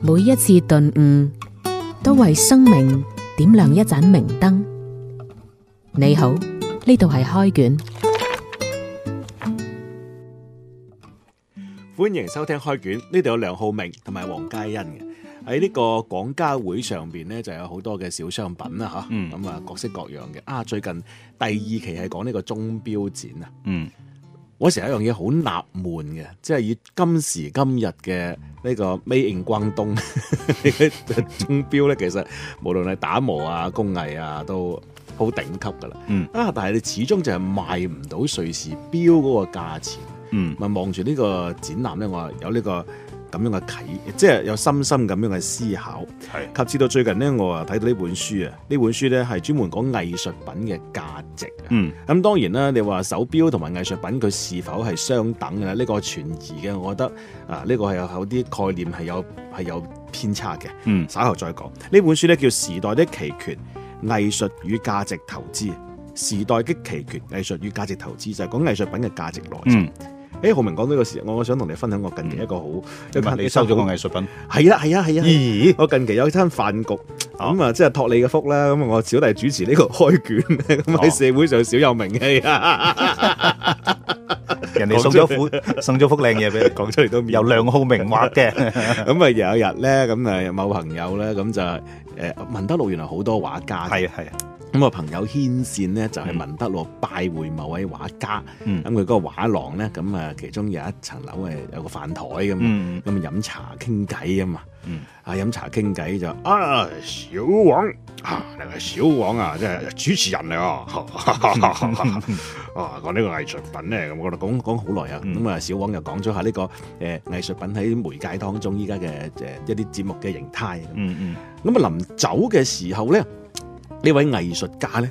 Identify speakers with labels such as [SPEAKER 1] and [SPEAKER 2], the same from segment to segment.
[SPEAKER 1] 每一次頓悟，都為生命點亮一盞明燈。你好，呢度係開卷，
[SPEAKER 2] 歡迎收聽開卷，呢度有梁浩明同埋黃嘉欣嘅。喺呢個廣交會上邊呢，就有好多嘅小商品啦吓，
[SPEAKER 3] 嗯
[SPEAKER 2] 咁啊、各式各樣嘅。啊，最近第二期係講呢個鐘錶展啊，
[SPEAKER 3] 嗯，
[SPEAKER 2] 我成日有一樣嘢好納悶嘅，即係以今時今日嘅呢個 Made in 關東 嘅鐘錶呢，其實無論係打磨啊、工藝啊，都好頂級噶啦。
[SPEAKER 3] 嗯
[SPEAKER 2] 啊，但係你始終就係賣唔到瑞士錶嗰個價錢。
[SPEAKER 3] 嗯，
[SPEAKER 2] 咪望住呢個展覽咧，我有呢個咁樣嘅啟，即係有深深咁樣嘅思考。
[SPEAKER 3] 係，
[SPEAKER 2] 及至到最近呢，我啊睇到呢本書啊，呢本書呢係專門講藝術品嘅價值啊。
[SPEAKER 3] 嗯
[SPEAKER 2] 咁當然啦，你話手錶同埋藝術品佢是否係相等嘅咧？呢個存疑嘅，我覺得啊，呢個係有有啲概念係有係有偏差嘅。
[SPEAKER 3] 嗯
[SPEAKER 2] 稍後再講。呢本書咧叫《時代的期權：藝術與價值投資》。時代的期權：藝術與價值投資就係講藝術品嘅價值來源。
[SPEAKER 3] 嗯，
[SPEAKER 2] 誒，浩明講呢個時，我想同你分享我近期一個好一間
[SPEAKER 3] 你收咗個藝術 品，
[SPEAKER 2] 係啦係啊係啊！
[SPEAKER 3] 咦？哦
[SPEAKER 2] 我近期有一餐飯局，咁啊即係托你嘅福啦。咁啊我小弟主持呢個開卷，咁啊喺
[SPEAKER 3] 哦
[SPEAKER 2] 社會上少有名氣 啊，
[SPEAKER 3] 人哋送咗副 送咗幅靚嘢俾你，
[SPEAKER 2] 講出嚟都面
[SPEAKER 3] 由梁浩明畫嘅，
[SPEAKER 2] 咁啊有一日咧，咁啊某朋友咧，咁就誒文德路原來好多畫家嘅，
[SPEAKER 3] 係啊係啊，
[SPEAKER 2] 咁我朋友牽線咧就係
[SPEAKER 3] 嗯
[SPEAKER 2] 文德路拜會某位畫家，
[SPEAKER 3] 嗯
[SPEAKER 2] 咁佢嗰個畫廊咧，咁啊其中有一層樓係有個飯台咁啊，
[SPEAKER 3] 嗯
[SPEAKER 2] 咁啊飲茶傾偈啊嘛，
[SPEAKER 3] 嗯
[SPEAKER 2] 啊飲茶傾偈就啊小王啊你係小王啊，即係主持人嚟啊， 啊講呢個藝術品咧，咁我哋講講好耐啊，
[SPEAKER 3] 嗯
[SPEAKER 2] 咁啊小王又講咗下呢個誒藝術品喺媒介當中依家嘅誒一啲節目嘅形態咁。
[SPEAKER 3] 嗯嗯，
[SPEAKER 2] 咁啊，臨走嘅時候咧，呢位藝術家咧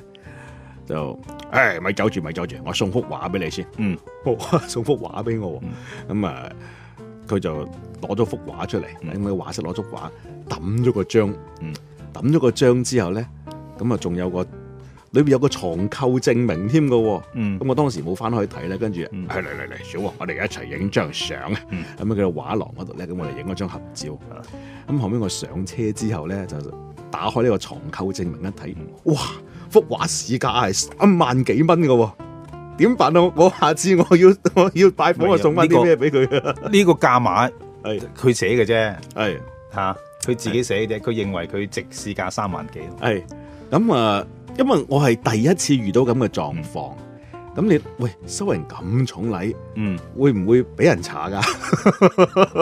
[SPEAKER 2] 就，唉，咪走住，咪走住，我送幅畫俾你先。
[SPEAKER 3] 嗯，
[SPEAKER 2] 哇， 送幅畫俾我喎
[SPEAKER 3] 嗯，
[SPEAKER 2] 咁啊、佢就攞咗幅畫出嚟，
[SPEAKER 3] 嗯
[SPEAKER 2] 咁啊喺畫室攞咗畫，抌咗個章
[SPEAKER 3] 嗯，
[SPEAKER 2] 抌咗個章之後咧，咁啊，仲有個裏邊有個藏購證明添嘅喎。
[SPEAKER 3] 嗯
[SPEAKER 2] 咁我當時冇翻去睇咧，跟住
[SPEAKER 3] 嗯
[SPEAKER 2] 係嚟嚟嚟，小王，我哋一齊影張相啊！
[SPEAKER 3] 嗯
[SPEAKER 2] 咁喺佢嘅畫廊嗰度咧，咁我哋影咗張合照
[SPEAKER 3] 啊。
[SPEAKER 2] 咁後尾我上車之後咧，就打開呢個藏購證明一睇，
[SPEAKER 3] 嗯
[SPEAKER 2] 哇！幅畫市價係三萬幾蚊嘅喎，點辦啊？我下次我要 我要拜訪，我送翻啲咩俾佢啊？
[SPEAKER 3] 呢個價碼
[SPEAKER 2] 係
[SPEAKER 3] 佢寫嘅啫，
[SPEAKER 2] 係
[SPEAKER 3] 吓，佢自己寫嘅啫，佢認為佢值市價三萬幾，
[SPEAKER 2] 係咁啊！因為我係第一次遇到咁嘅狀況，咁你喂收人咁重禮，
[SPEAKER 3] 嗯，
[SPEAKER 2] 會唔會俾人查㗎？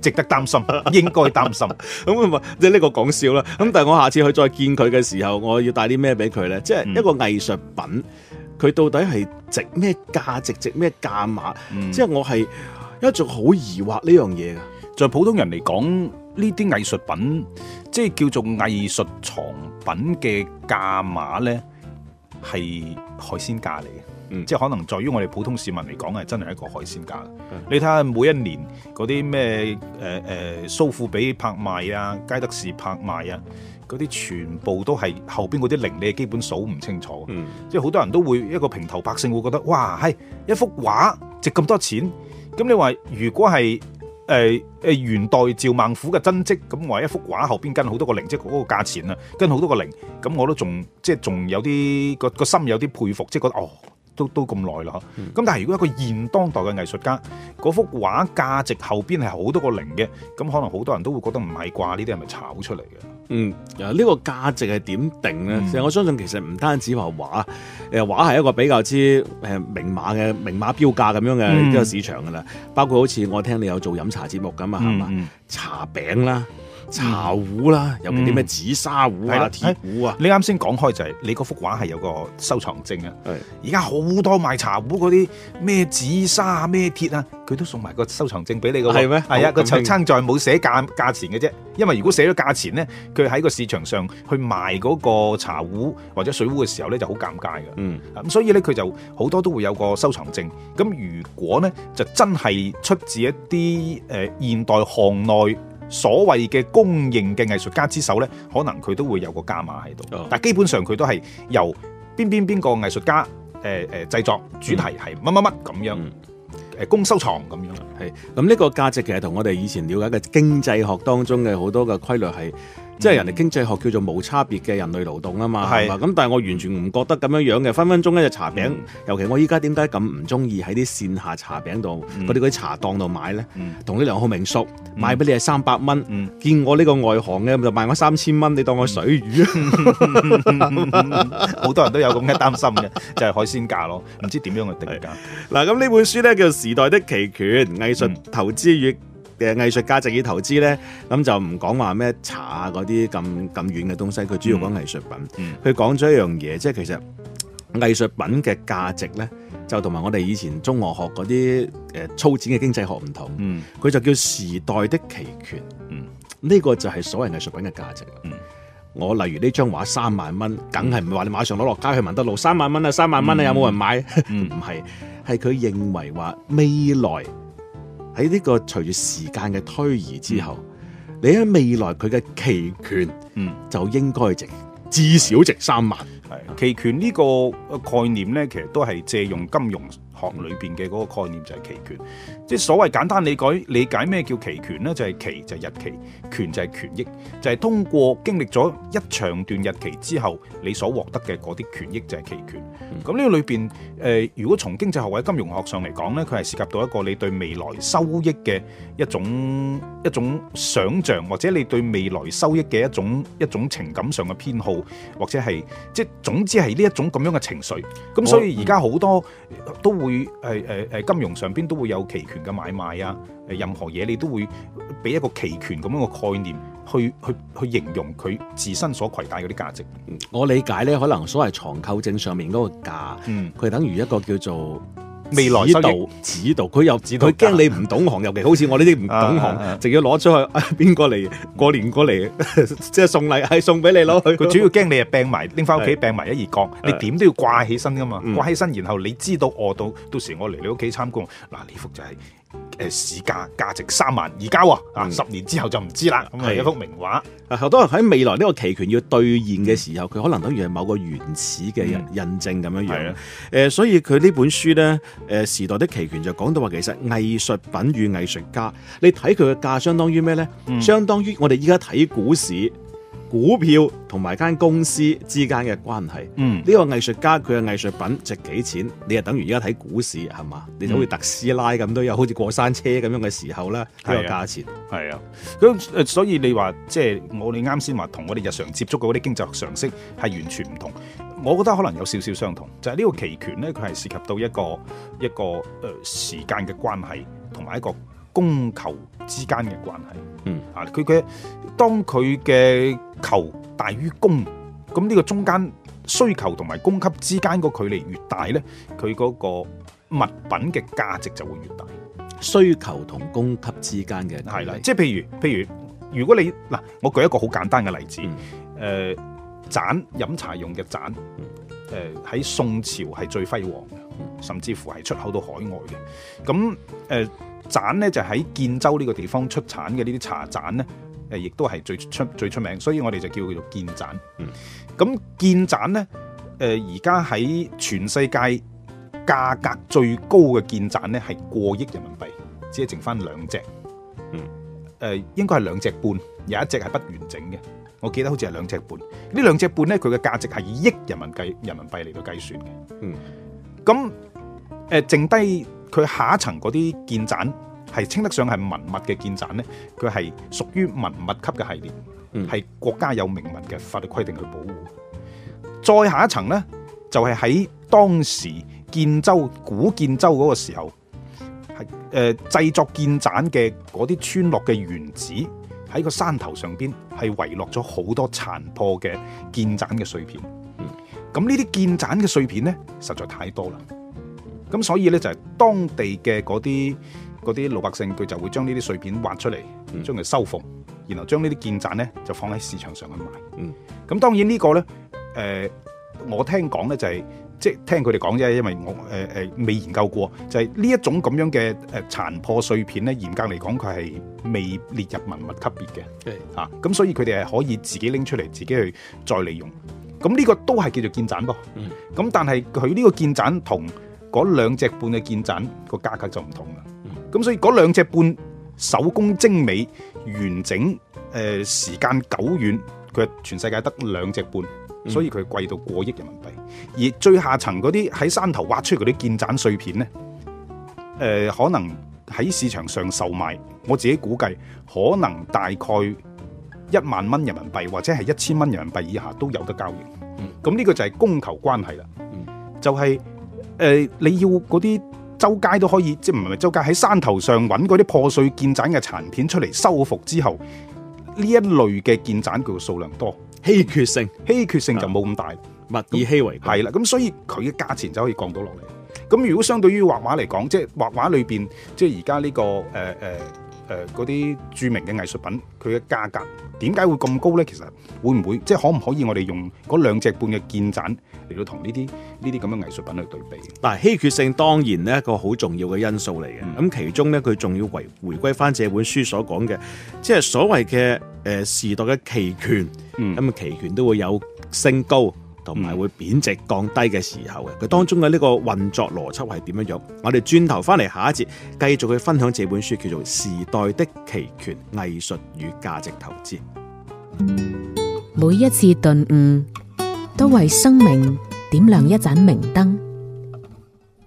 [SPEAKER 3] 值得擔心，應該擔心，
[SPEAKER 2] 咁啊嘛，即係呢個講笑啦。咁但係我下次去再見佢嘅時候，我要帶啲咩俾佢咧？即係
[SPEAKER 3] 嗯
[SPEAKER 2] 一個藝術品，佢到底係值咩價值，值咩價碼？
[SPEAKER 3] 嗯
[SPEAKER 2] 即係我係一直好疑惑呢樣嘢嘅。
[SPEAKER 3] 在普通人嚟講，呢啲藝術品即係叫做藝術藏品嘅價碼呢，係海鮮價嚟嘅。
[SPEAKER 2] 嗯
[SPEAKER 3] 即係可能在於我哋普通市民嚟講，係真係一個海鮮價。
[SPEAKER 2] 嗯
[SPEAKER 3] 你睇下每一年嗰啲咩誒誒蘇富比拍賣啊、佳德士拍賣啊，嗰啲全部都係後邊嗰啲零，你係基本數唔清楚嘅。
[SPEAKER 2] 嗯
[SPEAKER 3] 即係好多人都會一個平頭百姓會覺得，哇，係一幅畫值咁多錢。咁你話如果係誒誒元呃代趙孟虎嘅真跡，咁話一幅畫後邊跟好多個零，即係嗰個價錢啊，跟好多個零，咁我都仲即係仲有啲個個心有啲佩服，即係覺得哦。都都咁耐啦，嗬咁但係如果一個現當代嘅藝術家，嗰幅畫價值後邊係好多個零嘅，咁可能好多人都會覺得唔係啩？呢啲係咪炒出嚟嘅？
[SPEAKER 2] 嗯，啊呢個價值係點定咧？
[SPEAKER 3] 嗯
[SPEAKER 2] 其實我相信其實唔單止話畫，誒畫係一個比較之誒明碼嘅明碼標價咁樣嘅
[SPEAKER 3] 嗯
[SPEAKER 2] 一個市場㗎啦。包括好似我聽你有做飲茶節目㗎嘛，啊係嘛？
[SPEAKER 3] 嗯
[SPEAKER 2] 茶餅啦、茶壺啦，尤其啲咩紫砂壺
[SPEAKER 3] 嗯係
[SPEAKER 2] 啊、
[SPEAKER 3] 啦
[SPEAKER 2] 鐵壺啊，
[SPEAKER 3] 你啱先講開就係、你嗰幅畫係有個收藏證啊。
[SPEAKER 2] 係
[SPEAKER 3] 而家好多賣茶壺嗰啲咩紫砂啊、咩鐵啊，佢都送埋個收藏證俾你嘅喎。
[SPEAKER 2] 係咩
[SPEAKER 3] 係
[SPEAKER 2] 好
[SPEAKER 3] 啊，個
[SPEAKER 2] 咁興
[SPEAKER 3] 長撐在冇寫價價錢嘅啫。因為如果寫咗價錢咧，佢喺個市場上去賣嗰個茶壺或者水壺嘅時候咧，就好尷尬嘅。
[SPEAKER 2] 嗯
[SPEAKER 3] 啊咁所以咧，佢就好多都會有個收藏證。咁如果咧，就真係出自一啲誒、呃、現代行內所謂嘅公認嘅藝術家之手咧，可能佢都會有個價碼喺度。
[SPEAKER 2] 哦
[SPEAKER 3] 但基本上佢都係由邊邊邊個藝術家誒誒、呃製作，主題係乜乜乜咁樣誒、
[SPEAKER 2] 嗯
[SPEAKER 3] 誒供收藏咁樣啦。
[SPEAKER 2] 係咁呢個價值其實同我哋以前了解嘅經濟學當中嘅好多嘅規律係，即係人
[SPEAKER 3] 嗯
[SPEAKER 2] 哋經濟學叫做無差別嘅人類勞動啊嘛，
[SPEAKER 3] 係
[SPEAKER 2] 係嘛？咁但係我完全唔覺得咁樣樣嘅，分分鐘咧就茶餅
[SPEAKER 3] 嗯，
[SPEAKER 2] 尤其我依家點解咁唔中意喺啲線下茶餅度
[SPEAKER 3] 嗯
[SPEAKER 2] 嗰啲嗰啲茶檔度買咧？
[SPEAKER 3] 嗯
[SPEAKER 2] 同呢兩號名叔買俾你係三百蚊，
[SPEAKER 3] 嗯
[SPEAKER 2] 見我呢個外行嘅就賣我三千蚊，你當我水魚啊？
[SPEAKER 3] 好多人都有咁嘅擔心嘅，就係海鮮價咯，唔知點樣去定價。
[SPEAKER 2] 嗱，咁呢本書咧叫《時代的期權：藝術投資與誒藝術價值與投資》咧，咁就唔講話咩茶啊嗰啲咁咁遠嘅東西，佢主要講藝術品
[SPEAKER 3] 嗯。
[SPEAKER 2] 佢講咗一樣嘢，即係其實嗯藝術品嘅價值咧，就同埋我哋以前中學學嗰啲誒粗淺嘅經濟學唔同。
[SPEAKER 3] 嗯
[SPEAKER 2] 佢就叫時代的期權。
[SPEAKER 3] 嗯，
[SPEAKER 2] 呢個就係所謂藝術品嘅價值。
[SPEAKER 3] 嗯，
[SPEAKER 2] 我例如呢張畫三萬蚊，梗係唔係話你馬上攞落街去文德路三萬蚊啊，三萬蚊啊，有冇人買？
[SPEAKER 3] 嗯
[SPEAKER 2] 唔係，係佢認為話未來喺呢個隨住時間嘅推移之後，你喺未來佢嘅期權
[SPEAKER 3] 嗯。
[SPEAKER 2] 就應該值至少值三萬。
[SPEAKER 3] 係期權呢個呃概念呢，其實都係借用金融學裏邊嘅嗰個概念，就係期權。即係所謂簡單理解理解咩叫期權呢？就係、期就係日期，權就係權益，就係、通過經歷咗一長段日期之後，你所獲得嘅嗰啲權益就係期權。咁呢個裏邊誒，如果從經濟學或者金融學上嚟講呢，佢係涉及到一個你對未來收益嘅一種一種想像，或者你對未來收益嘅一種一種情感上嘅偏好，或者係即係總之係呢一種咁樣嘅情緒。咁所以而家好多呃都會誒誒誒金融上邊都會有期權嘅買賣啊，誒任何嘢你都會俾一個期權咁樣嘅概念去去去形容佢自身所攜帶嗰啲價值。
[SPEAKER 2] 我理解呢，可能所謂藏購證上面嗰個價，
[SPEAKER 3] 嗯，
[SPEAKER 2] 佢等於一個叫做
[SPEAKER 3] 未來
[SPEAKER 2] 指
[SPEAKER 3] 收益
[SPEAKER 2] 導指導，佢又
[SPEAKER 3] 指導
[SPEAKER 2] 佢
[SPEAKER 3] 價
[SPEAKER 2] 驚你唔懂行，尤其好似我呢啲唔懂
[SPEAKER 3] 啊啊啊
[SPEAKER 2] 行，直要攞出去啊邊個嚟過年過嚟， 即係送禮係送俾你攞去。
[SPEAKER 3] 佢主要驚你係病埋，拎翻屋企
[SPEAKER 2] 係
[SPEAKER 3] 病埋一二角，你
[SPEAKER 2] 係
[SPEAKER 3] 點都要掛起身噶嘛，
[SPEAKER 2] 嗯
[SPEAKER 3] 掛起身，然後你知道我到到時我嚟你屋企參觀，嗱呢幅就係、誒市價價值三萬，而家喎啊
[SPEAKER 2] 嗯
[SPEAKER 3] 十年之後就唔知啦，咁啊
[SPEAKER 2] 係
[SPEAKER 3] 一幅名畫，
[SPEAKER 2] 啊好多人喺未來呢個期權要兌現嘅時候，佢可能等於係某個原始嘅印印證咁樣樣。
[SPEAKER 3] 嗯係
[SPEAKER 2] 誒
[SPEAKER 3] 啊、
[SPEAKER 2] 所以佢呢本書呢，誒、時代的期權就講到話，其實藝術品與藝術家，你睇佢嘅價，相當於咩呢？
[SPEAKER 3] 嗯
[SPEAKER 2] 相當於我哋依家睇股市、股票同埋間公司之間嘅關係。
[SPEAKER 3] 嗯
[SPEAKER 2] 呢個藝術家佢嘅藝術品值幾錢？你就等於而家睇股市係嘛？你就好似特斯拉咁都有，好似過山車咁樣嘅時候啦，呢個
[SPEAKER 3] 係啊
[SPEAKER 2] 價錢。
[SPEAKER 3] 係啊，咁誒所以你話即係我哋啱先話同我哋日常接觸嘅嗰啲經濟學常識係完全唔同，我覺得可能有少少相同，就係、呢個期權咧，佢係涉及到一個一個誒、呃、時間嘅關係，同埋一個供求之間嘅關係。
[SPEAKER 2] 嗯，
[SPEAKER 3] 啊，佢嘅當佢嘅求大於供，咁呢個中間需求同埋供給之間個距離越大咧，佢嗰個物品嘅價值就會越大。
[SPEAKER 2] 需求同供給之間嘅距離
[SPEAKER 3] 係啦，即係譬如譬如，如果你嗱，我舉一個好簡單嘅例子，誒、盞飲茶用嘅盞，誒、喺宋朝係最輝煌嘅，甚至乎係出口到海外嘅。咁誒、呃、盞咧就喺建州呢個地方出產嘅呢啲茶盞咧，誒亦都係最出最出名，所以我哋就叫佢做建盞。
[SPEAKER 2] 嗯
[SPEAKER 3] 咁建盞咧，誒而家喺全世界價格最高嘅建盞咧係過億人民幣，只係剩翻兩隻。誒、應該係兩隻半，有一隻係不完整嘅，我記得好似係兩隻半。呢兩隻半呢，佢嘅價值係以億人民計人民幣嚟到計算嘅。
[SPEAKER 2] 嗯，
[SPEAKER 3] 咁誒、剩低佢下一層嗰啲建盞係稱得上係文物嘅建盞呢，佢係屬於文物級嘅系列，
[SPEAKER 2] 嗯
[SPEAKER 3] 係、國家有明文嘅法律規定去保護。再下一層呢，就係、喺當時建州古建州嗰個時候。係誒、呃、製作建盞嘅嗰啲村落嘅原址，喺個山頭上邊係遺落咗好多殘破嘅建盞嘅碎片。咁呢啲建盞嘅碎片呢，實在太多啦。咁所以呢，就係、當地嘅嗰啲嗰啲老百姓，佢就會將呢啲碎片挖出嚟，將佢修縫，然後將呢啲建盞呢，就放喺市場上去賣。
[SPEAKER 2] 嗯
[SPEAKER 3] 咁當然呢個呢，誒、我聽講呢，就係、即係聽佢哋講啫，因為我誒誒、未研究過，就係、呢一種咁樣嘅誒殘破碎片呢，嚴格嚟講佢係未列入文物級別嘅。啊，咁所以佢哋係可以自己拎出嚟，自己去再利用。咁呢個都係叫做建盞噃。咁、
[SPEAKER 2] 嗯
[SPEAKER 3] 但係佢呢個建盞同嗰兩隻半嘅建盞個價格就唔同啦。
[SPEAKER 2] 嗯
[SPEAKER 3] 咁所以嗰兩隻半手工精美、完整、誒、時間久遠，佢係全世界得兩隻半，
[SPEAKER 2] 嗯
[SPEAKER 3] 所以佢貴到過億人民幣。而最下層嗰啲喺山頭挖出嗰啲建盞碎片呢，誒、可能喺市場上售賣，我自己估計可能大概一萬蚊人民幣或者係一千蚊人民幣以下都有得交易
[SPEAKER 2] 嗯。
[SPEAKER 3] 咁呢、個就係供求關係啦，
[SPEAKER 2] 嗯
[SPEAKER 3] 就係、誒、你要嗰啲周街都可以，即係唔係周街喺山頭上揾嗰啲破碎建盞嘅殘片出嚟修復之後，呢一類嘅建盞佢嘅數量多，
[SPEAKER 2] 稀缺性，
[SPEAKER 3] 稀缺性就冇咁大，
[SPEAKER 2] 物以稀為貴。
[SPEAKER 3] 係啦、咁所以佢嘅價錢就可以降到落嚟。咁如果相對於畫畫嚟講，即係畫畫裏邊，即係而家呢個呃誒誒誒呃嗰啲著名嘅藝術品，佢嘅價格點解會咁高呢？其實會唔會即係可唔可以我哋用嗰兩隻半嘅建盞嚟到同呢啲呢啲咁嘅藝術品去對比？
[SPEAKER 2] 嗱，稀缺性當然呢一個好重要嘅因素嚟嘅。咁、
[SPEAKER 3] 嗯
[SPEAKER 2] 其中呢，佢仲要回回歸翻這本書所講嘅，即係所謂嘅誒時代嘅期權。
[SPEAKER 3] 嗯
[SPEAKER 2] 咁啊，期權都會有升高同埋會貶值降低嘅時候嘅。佢當中嘅呢個運作邏輯係點樣樣？我哋轉頭翻嚟下一節，繼續去分享這本書叫做《時代的期權：藝術與價值投資》。
[SPEAKER 1] 每一次頓悟，都為生命點亮一盞明燈。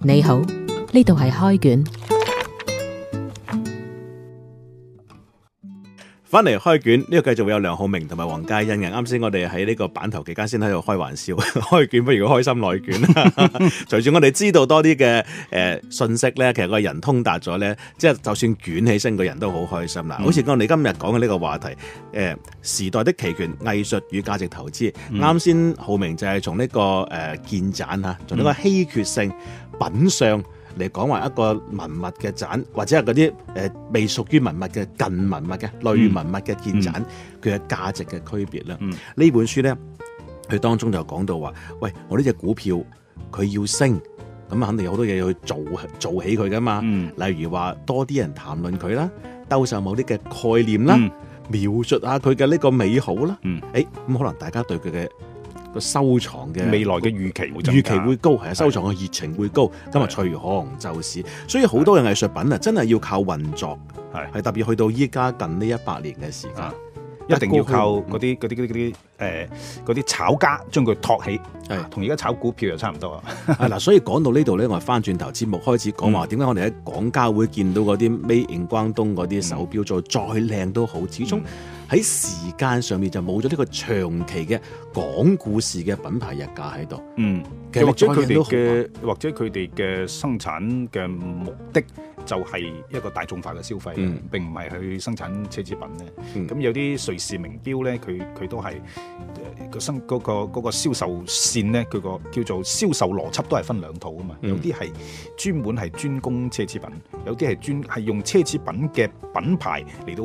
[SPEAKER 1] 你好，呢度係開卷。
[SPEAKER 2] 翻嚟開卷呢度繼續會有梁浩明同埋黃嘉欣嘅。啱先我哋喺呢個板頭期間先喺度開玩笑， 開卷不如開心內卷啊啦。隨住我哋知道多啲嘅誒信息咧，其實個人通達咗咧，即係就算捲起身個人都好開心啦。好似我哋今日講嘅呢個話題，誒、時呃代的期權、藝術與價值投資。啱先、浩明就係從呢、個誒、建盞嚇，從呢個稀缺性、品相。嚟講話一個文物嘅盞，或者係嗰啲誒未屬於文物嘅近文物嘅類文物嘅建盞，佢嘅價值嘅區別啦。呢、
[SPEAKER 3] 嗯
[SPEAKER 2] 本書咧，佢當中就講到話，喂，我呢只股票佢要升，咁肯定有好多嘢要去做做起佢噶嘛。
[SPEAKER 3] 嗯
[SPEAKER 2] 例如話多啲人談論佢啦，兜售某啲嘅概念啦，
[SPEAKER 3] 嗯
[SPEAKER 2] 描述下佢嘅呢個美好啦。
[SPEAKER 3] 嗯
[SPEAKER 2] 誒咁可能大家對佢嘅個收藏嘅
[SPEAKER 3] 嗯未來嘅預期會增
[SPEAKER 2] 預
[SPEAKER 3] 加
[SPEAKER 2] 期會高，係啊，收藏嘅熱情會高，咁啊
[SPEAKER 3] 係
[SPEAKER 2] 隨行就市。所以好多嘅藝術品啊，真係要靠運作，
[SPEAKER 3] 係
[SPEAKER 2] 係特別去到依家近呢一百年嘅時間
[SPEAKER 3] 啊，一定要靠
[SPEAKER 2] 嗯
[SPEAKER 3] 嗰啲嗰啲嗰啲嗰啲誒嗰啲炒家將佢托起，
[SPEAKER 2] 係
[SPEAKER 3] 啊同而家炒股票又差唔多啊！
[SPEAKER 2] 啊嗱，所以講到呢度咧，我哋翻轉頭節目開始講話，點解我哋喺廣交會見到嗰啲 Made in 關東嗰啲手錶做再靚都好，始終喺時間上面就冇咗呢個長期嘅講故事嘅品牌日價喺度。
[SPEAKER 3] 嗯，
[SPEAKER 2] 其實
[SPEAKER 3] 又或者
[SPEAKER 2] 你
[SPEAKER 3] 佢哋
[SPEAKER 2] 再見
[SPEAKER 3] 嘅或者佢哋嘅生產嘅目的就係一個大眾化嘅消費，啊
[SPEAKER 2] 嗯
[SPEAKER 3] 並唔係去生產奢侈品咧。
[SPEAKER 2] 嗯
[SPEAKER 3] 咁、有啲瑞士名錶咧，佢佢都係誒個生嗰個嗰個銷售線咧，佢個叫做銷售邏輯都係分兩套噶嘛。
[SPEAKER 2] 嗯
[SPEAKER 3] 有啲係專門係專攻奢侈品，有啲係專係用奢侈品嘅品牌嚟到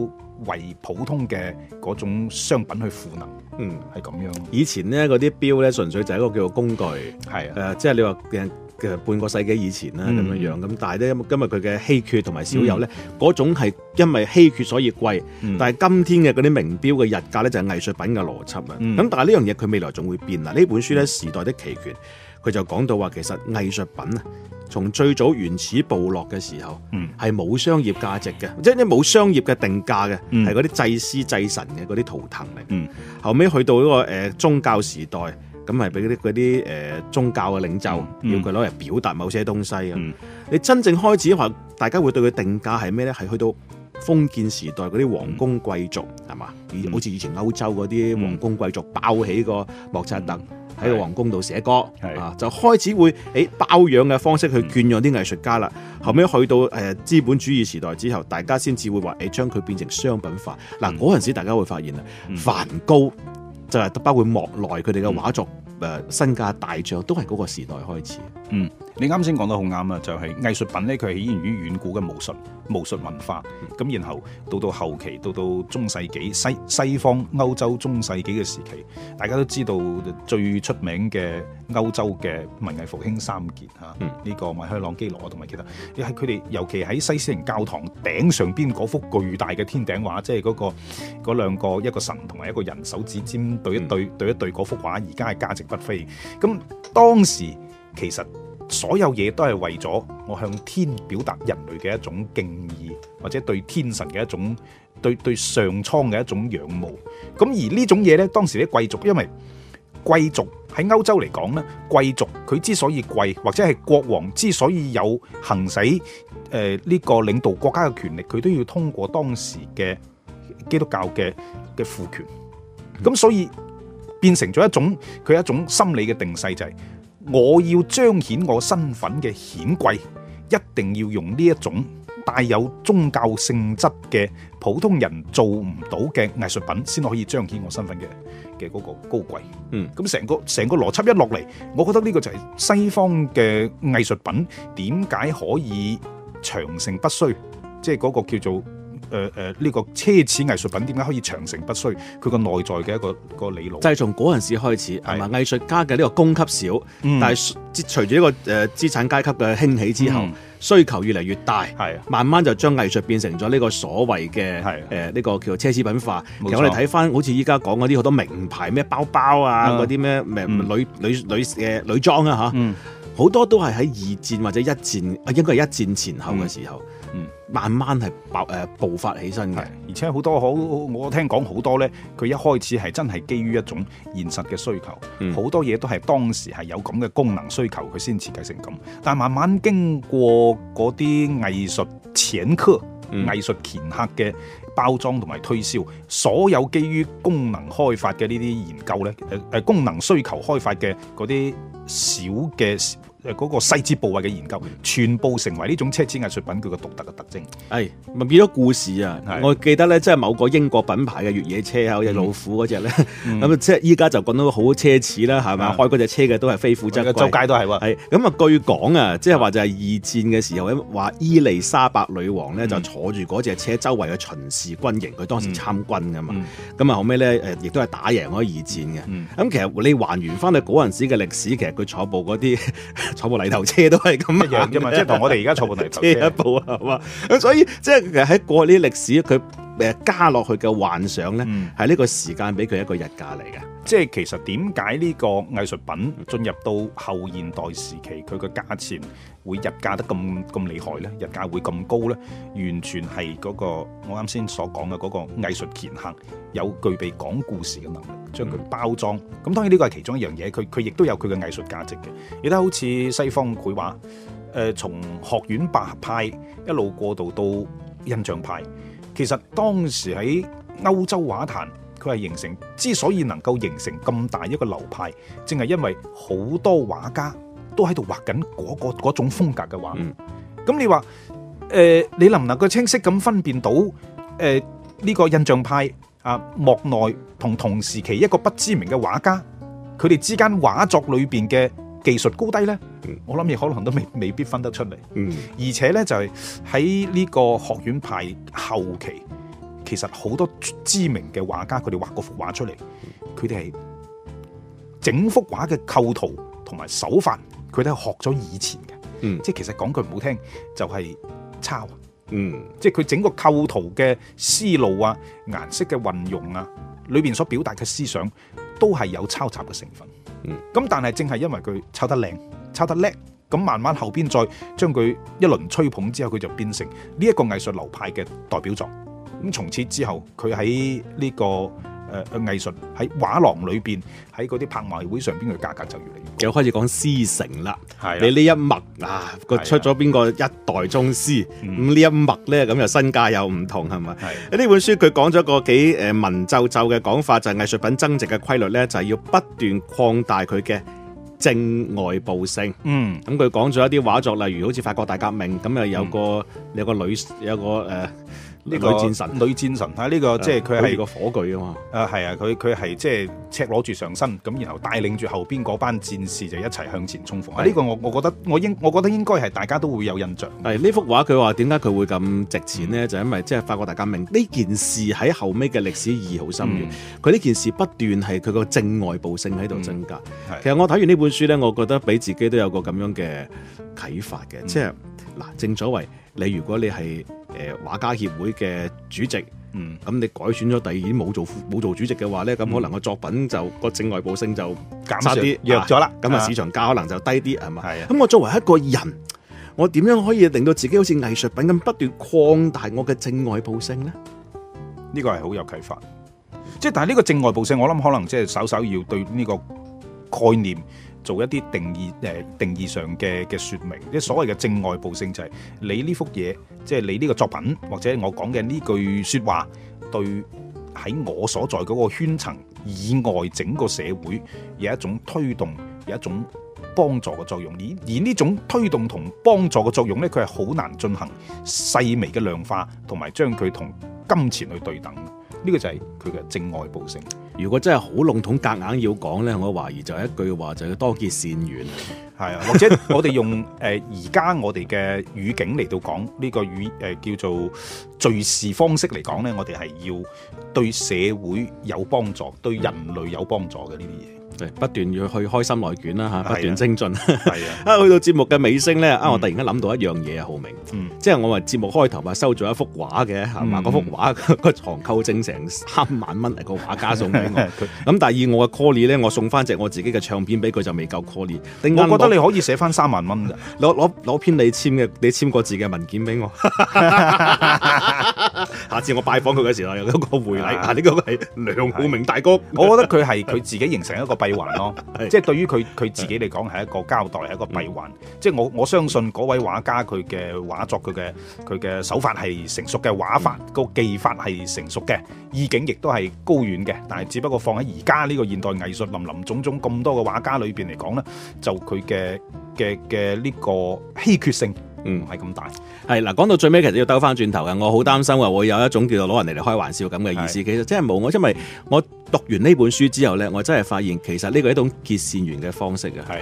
[SPEAKER 3] 為普通嘅嗰種商品去賦能，
[SPEAKER 2] 嗯，
[SPEAKER 3] 係咁樣咯。
[SPEAKER 2] 以前咧嗰啲錶咧，純粹就係一個叫做工具。誒、
[SPEAKER 3] 係啊，
[SPEAKER 2] 呃即係你話嘅嘅半個世紀以前啦咁
[SPEAKER 3] 嗯
[SPEAKER 2] 樣樣，咁但係咧，因為今日佢嘅稀缺同埋少有咧，嗰、種係因為稀缺所以貴，
[SPEAKER 3] 嗯
[SPEAKER 2] 但係今天嘅嗰啲名錶嘅日價咧就係藝術品嘅邏輯啊啦。咁、
[SPEAKER 3] 嗯
[SPEAKER 2] 但係呢樣嘢佢未來仲會變啦。呢本書咧《時代的奇權》，佢就講到話其實藝術品啊，從最早原始部落嘅時候。
[SPEAKER 3] 嗯
[SPEAKER 2] 係冇商業價值嘅，即係冇商業嘅定價嘅，
[SPEAKER 3] 嗯
[SPEAKER 2] 係嗰啲祭司祭神嘅嗰啲圖騰嚟。
[SPEAKER 3] 嗯
[SPEAKER 2] 後尾去到呢、個呃宗教時代，咁係俾嗰啲嗰啲誒宗教嘅領袖、
[SPEAKER 3] 嗯
[SPEAKER 2] 要佢攞嚟表達某些東西啊。
[SPEAKER 3] 嗯
[SPEAKER 2] 你真正開始話，大家會對佢定價係咩呢？係去到封建時代嗰啲皇宮貴族係嘛？以
[SPEAKER 3] 嗯
[SPEAKER 2] 好似以前歐洲嗰啲皇宮貴族包起個莫扎特。
[SPEAKER 3] 嗯
[SPEAKER 2] 喺個皇宮度寫歌，
[SPEAKER 3] 係
[SPEAKER 2] 啊就開始會誒包養嘅方式去圈養啲藝術家啦。後尾去到誒資本主義時代之後，大家先至會話誒將佢變成商品化。嗱
[SPEAKER 3] 嗯
[SPEAKER 2] 嗰陣時大家會發現啦，
[SPEAKER 3] 嗯
[SPEAKER 2] 啊梵高就係包括莫內佢哋嘅畫作誒身價大漲，都係嗰個時代開始。
[SPEAKER 3] 嗯，你啱先講得好啱啊，就係、藝術品咧，佢係起源於遠古嘅巫術、巫術文化，咁然後到到後期，到到中世紀西西方歐洲中世紀嘅時期，大家都知道最出名嘅歐洲嘅文藝復興三傑啊嚇，呢、
[SPEAKER 2] 嗯
[SPEAKER 3] 個麥開朗基羅啊同埋其他，你係佢哋尤其喺西斯廷教堂頂上邊嗰幅巨大嘅天頂畫，即係嗰、個嗰兩個一個神同埋一個人手指尖對一對、對一對嗰幅畫，而家係價值不菲。咁當時其實所有嘢都係為咗我向天表達人類嘅一種敬意，或者對天神嘅一種對對上蒼嘅一種仰慕。咁而呢種嘢呢，當時啲貴族因為貴族喺歐洲嚟講呢，貴族佢之所以貴，或者係國王之所以有行使呃誒呢、個領導國家嘅權力，佢都要通過當時嘅基督教嘅嘅父權。咁所以變成咗一種佢一種心理嘅定勢，就係、我要彰顯我身份嘅顯貴，一定要用呢一種帶有宗教性質嘅普通人做唔到嘅藝術品，先可以彰顯我身份嘅嘅嗰個高貴。
[SPEAKER 2] 嗯，
[SPEAKER 3] 咁成個成個邏輯一落嚟，我覺得呢個就係西方嘅藝術品點解可以長盛不衰，即係嗰個叫做。誒誒呢個奢侈藝術品點解可以長盛不衰？佢個內在嘅一個個理路，
[SPEAKER 2] 就係從嗰陣時開始，係
[SPEAKER 3] 係
[SPEAKER 2] 嘛？藝術家嘅呢個供給少，
[SPEAKER 3] 嗯
[SPEAKER 2] 但係隨隨住呢呃個誒資產階級嘅興起之後，
[SPEAKER 3] 嗯
[SPEAKER 2] 需求越嚟越大，
[SPEAKER 3] 係啊
[SPEAKER 2] 慢慢就將藝術變成咗呢個所謂嘅
[SPEAKER 3] 係啊
[SPEAKER 2] 誒呢個叫奢侈品化。其
[SPEAKER 3] 冇錯
[SPEAKER 2] 實我哋睇翻好似依家講嗰啲好多名牌咩包包啊，
[SPEAKER 3] 嗯
[SPEAKER 2] 嗰啲咩咩
[SPEAKER 3] 嗯
[SPEAKER 2] 女女女誒女裝啊嚇，
[SPEAKER 3] 嗯
[SPEAKER 2] 好多都係喺二戰或者一戰啊，應該係一戰前後嘅時候，
[SPEAKER 3] 嗯
[SPEAKER 2] 慢慢係爆誒暴發起身嘅
[SPEAKER 3] 係。，而且好多好，我聽講好多呢，佢一開始係真係基於一種現實嘅需求，好、
[SPEAKER 2] 嗯
[SPEAKER 3] 多嘢都係當時係有咁嘅功能需求，佢先設計成咁。但慢慢經過嗰啲藝術前科、
[SPEAKER 2] 嗯
[SPEAKER 3] 藝術前客嘅包裝同埋推銷，所有基於功能開發嘅呢啲研究呢，誒、誒功能需求開發嘅嗰啲小嘅誒嗰個細節部位嘅研究，全部成為呢種奢侈藝術品佢嘅獨特嘅特徵。
[SPEAKER 2] 係哎咪變咗故事啊
[SPEAKER 3] 係？嗯
[SPEAKER 2] 我記得咧，即係某個英國品牌嘅越野車啊，好似老虎嗰只咧，咁啊即係依家就講到好奢侈啦，係咪？
[SPEAKER 3] 啊
[SPEAKER 2] 開嗰只車嘅都係非富則
[SPEAKER 3] 周
[SPEAKER 2] 貴。
[SPEAKER 3] 街都係喎。
[SPEAKER 2] 係咁啊，據講啊，即係話就係二戰嘅時候，話伊麗莎白女王
[SPEAKER 3] 嗯
[SPEAKER 2] 咧就坐住嗰只車周圍去巡視軍營，佢當時參軍噶嘛。咁啊後尾咧誒，亦都係打贏咗二戰嘅。
[SPEAKER 3] 嗯
[SPEAKER 2] 咁其實你還原翻去嗰陣時嘅歷史，其實佢坐部嗰啲 坐部泥頭車都係咁 啊
[SPEAKER 3] 一樣啫 嘛，即 係同我哋而家坐部 泥頭
[SPEAKER 2] 車一
[SPEAKER 3] 車。嗯
[SPEAKER 2] 步啊係嘛？咁所以即係其實喺過去呢啲歷史，佢誒加落去嘅幻想咧，
[SPEAKER 3] 嗯
[SPEAKER 2] 係呢個時間俾佢一個日價嚟嘅。
[SPEAKER 3] 即係其實點解呢個藝術品進入到後現代時期，佢個價錢會日價得咁咁厲害呢？日價會咁高呢？完全係嗰、個我啱先所講嘅嗰個藝術前行有具備講故事嘅能力，將佢包裝。咁、當然呢個係其中一樣嘢，佢佢亦都有佢嘅藝術價值嘅。亦都好似西方繪畫，誒、呃、從學院白派一路過渡到印象派，其實當時喺歐洲畫壇，佢係形成之所以能夠形成咁大一個流派，正係因為好多畫家都喺度畫緊嗰個嗰種風格嘅畫。
[SPEAKER 2] 嗯
[SPEAKER 3] 咁、你話誒、呃你能唔能夠清晰咁分辨到誒呢、個印象派啊莫內同同時期一個不知名嘅畫家，佢哋之間畫作裏邊嘅技術高低呢？
[SPEAKER 2] 嗯
[SPEAKER 3] 我諗亦可能都未未必分得出嚟。
[SPEAKER 2] 嗯，
[SPEAKER 3] 而且咧就係喺呢個學院派後期，其實好多知名嘅畫家，佢哋畫嗰幅畫出嚟，佢哋係整幅畫嘅構圖同埋手法，佢哋係學咗以前嘅。
[SPEAKER 2] 嗯
[SPEAKER 3] 即係其實講句唔好聽，就係、抄。
[SPEAKER 2] 嗯
[SPEAKER 3] 即係佢整個構圖嘅思路啊、顏色嘅運用啊，裏邊所表達嘅思想都係有抄襲嘅成分。
[SPEAKER 2] 嗯，
[SPEAKER 3] 咁但係正係因為佢抄得靚、抄得叻，咁慢慢後邊再將佢一輪吹捧之後，佢就變成呢一個藝術流派嘅代表作。咁從此之後，佢喺呢個誒、呃、藝術喺畫廊裏邊，喺嗰啲拍賣會上邊嘅價格就越嚟越
[SPEAKER 2] 又開始講師承啦。
[SPEAKER 3] 高。係嗯
[SPEAKER 2] 你呢一脈啊，佢出咗邊個一代宗師，咁呢一脈咧，咁又身價又唔同係咪？
[SPEAKER 3] 係
[SPEAKER 2] 呢本書佢講咗個幾誒文縐縐嘅講法，就係藝術品增值嘅規律咧，就係要不斷擴大佢嘅正外部性。
[SPEAKER 3] 嗯
[SPEAKER 2] 咁佢講咗一啲畫作，例如好似法國大革命，咁啊有個有個女有個誒呢女
[SPEAKER 3] 嗯個
[SPEAKER 2] 戰神，
[SPEAKER 3] 女戰神啊！呢、個即係佢
[SPEAKER 2] 好似
[SPEAKER 3] 係
[SPEAKER 2] 個火炬啊嘛，
[SPEAKER 3] 啊，係啊，佢佢係即係赤裸住上身，咁然後帶領住後邊嗰班戰士就一齊向前衝鋒。啊，呢、個我我覺得我應我覺得應該係大家都會有印象。
[SPEAKER 2] 係呢幅畫佢話點解佢會咁值錢呢？就因為即係法國大革命呢件事喺後尾嘅歷史意義好深遠
[SPEAKER 3] 嗯，
[SPEAKER 2] 佢呢、件事不斷係佢個正外部性喺度增加。
[SPEAKER 3] 係
[SPEAKER 2] 其實我睇完呢本書呢，我覺得俾自己都有個咁樣嘅啟發嘅，即係嗱，正所謂你如果你係誒畫家協會嘅主席，
[SPEAKER 3] 嗯
[SPEAKER 2] 咁你改選咗第二年冇做副冇做主席嘅話咧，咁可能個作品就個正外部性就
[SPEAKER 3] 減
[SPEAKER 2] 差
[SPEAKER 3] 少
[SPEAKER 2] 啲
[SPEAKER 3] 弱咗啦，
[SPEAKER 2] 咁啊市場價可能就低啲係嘛？
[SPEAKER 3] 係啊，
[SPEAKER 2] 咁我作為一個人，我點樣可以令到自己好似藝術品咁不斷擴大我嘅正外部性咧？
[SPEAKER 3] 呢個係好有啟發。即係但係呢個正外部性，我諗可能即係稍稍要對呢個概念做一啲定義誒、呃定義上嘅嘅説明。即係所謂嘅正外部性就係你呢幅嘢，即係你呢個作品或者我講嘅呢句説話，對喺我所在嗰個圈層以外整個社會有一種推動，有一種。幫助嘅作用，而而呢種推動同幫助嘅作用呢，佢係好難進行細微嘅量化，同埋將佢同金錢去對等。呢個就係佢嘅正外部性。
[SPEAKER 2] 如果真係好籠統夾硬要講咧，我懷疑就係一句話，就要多結善緣。
[SPEAKER 3] 係啊，或者我哋用誒 呃而家我哋嘅語境嚟到講呢個語誒、呃叫做敘事方式嚟講呢，我哋係要對社會有幫助，對人類有幫助嘅呢
[SPEAKER 2] 誒不斷要去開心內卷啦嚇，
[SPEAKER 3] 係啊
[SPEAKER 2] 不斷精進。
[SPEAKER 3] 啲嘢。係 啊，
[SPEAKER 2] 啊，去到節目嘅尾聲咧，啊，
[SPEAKER 3] 嗯
[SPEAKER 2] 我突然間諗到一樣嘢啊，浩明，
[SPEAKER 3] 嗯
[SPEAKER 2] 即係我話節目開頭咪收咗一幅畫嘅，係嘛？
[SPEAKER 3] 嗯
[SPEAKER 2] 嗰幅畫個藏購證成三萬蚊，係個畫家送俾 我。
[SPEAKER 3] 呃佢
[SPEAKER 2] 咁但係以我嘅 call 咧，我送翻隻我自己嘅唱片俾佢就未夠 call 咧。突然間
[SPEAKER 3] 我覺得
[SPEAKER 2] 攞
[SPEAKER 3] 你可以寫翻三萬蚊㗎。
[SPEAKER 2] 攞攞攞篇你簽嘅你簽過字嘅文件 俾我，下次我拜訪佢嘅時候有一個回禮。
[SPEAKER 3] 啊
[SPEAKER 2] 啊，呢個係梁浩明大哥。
[SPEAKER 3] 我覺得佢係佢 自己形成一個閉環咯
[SPEAKER 2] 係，
[SPEAKER 3] 即係對於佢佢自己嚟講係一個交代，係一個閉環。即係我我相信嗰位畫家佢嘅畫作佢嘅佢嘅手法係成熟嘅，畫法個技法係成熟嘅，意境亦都係高遠嘅。但係只不過放喺而家呢個現代藝術林林種種咁多嘅畫家裏邊嚟講呢，就佢嘅嘅嘅呢個稀缺性
[SPEAKER 2] 嗯
[SPEAKER 3] 唔係咁大。
[SPEAKER 2] 係嗱，講到最尾其實要兜翻轉頭嘅，我好擔心話會有一種叫做攞人哋嚟開玩笑咁嘅意思，其實真係冇。我因為我讀完呢本書之後咧，我真係發現其實呢個係一種結善緣嘅方式嘅，啊
[SPEAKER 3] 嗯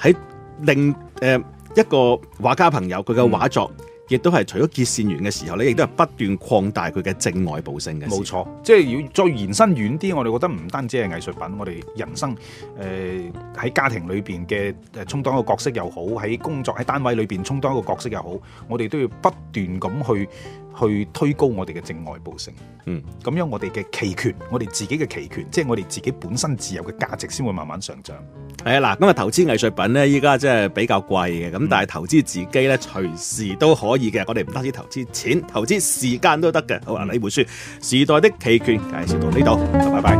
[SPEAKER 3] 係
[SPEAKER 2] 喺令誒、呃一個畫家朋友佢嘅畫作。亦都係除咗結善緣嘅時候咧，亦都係不斷擴大佢嘅正外部性嘅。
[SPEAKER 3] 冇，錯，即係要再延伸遠啲，我哋覺得唔單止係藝術品，我哋人生誒喺、家庭裏邊嘅誒充當一個角色又好，喺工作喺單位裏邊充當一個角色又好，我哋都要不斷咁去去推高我哋嘅正外部性。
[SPEAKER 2] 嗯，
[SPEAKER 3] 咁樣我哋嘅期權，我哋自己嘅期權，即係我哋自己本身自由嘅價值先會慢慢上漲。
[SPEAKER 2] 係啊嗱，咁啊投資藝術品咧，依家真係比較貴嘅，咁但係投資自己咧，隨時都可以嘅。我哋唔單止投資錢，投資時間都得嘅。好啊，呢本書《時代的期權》介紹到呢度。
[SPEAKER 3] 拜拜。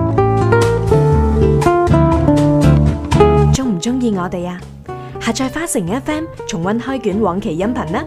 [SPEAKER 4] 中唔中意我哋啊？下載花城 FM 重溫開卷往期音頻啦！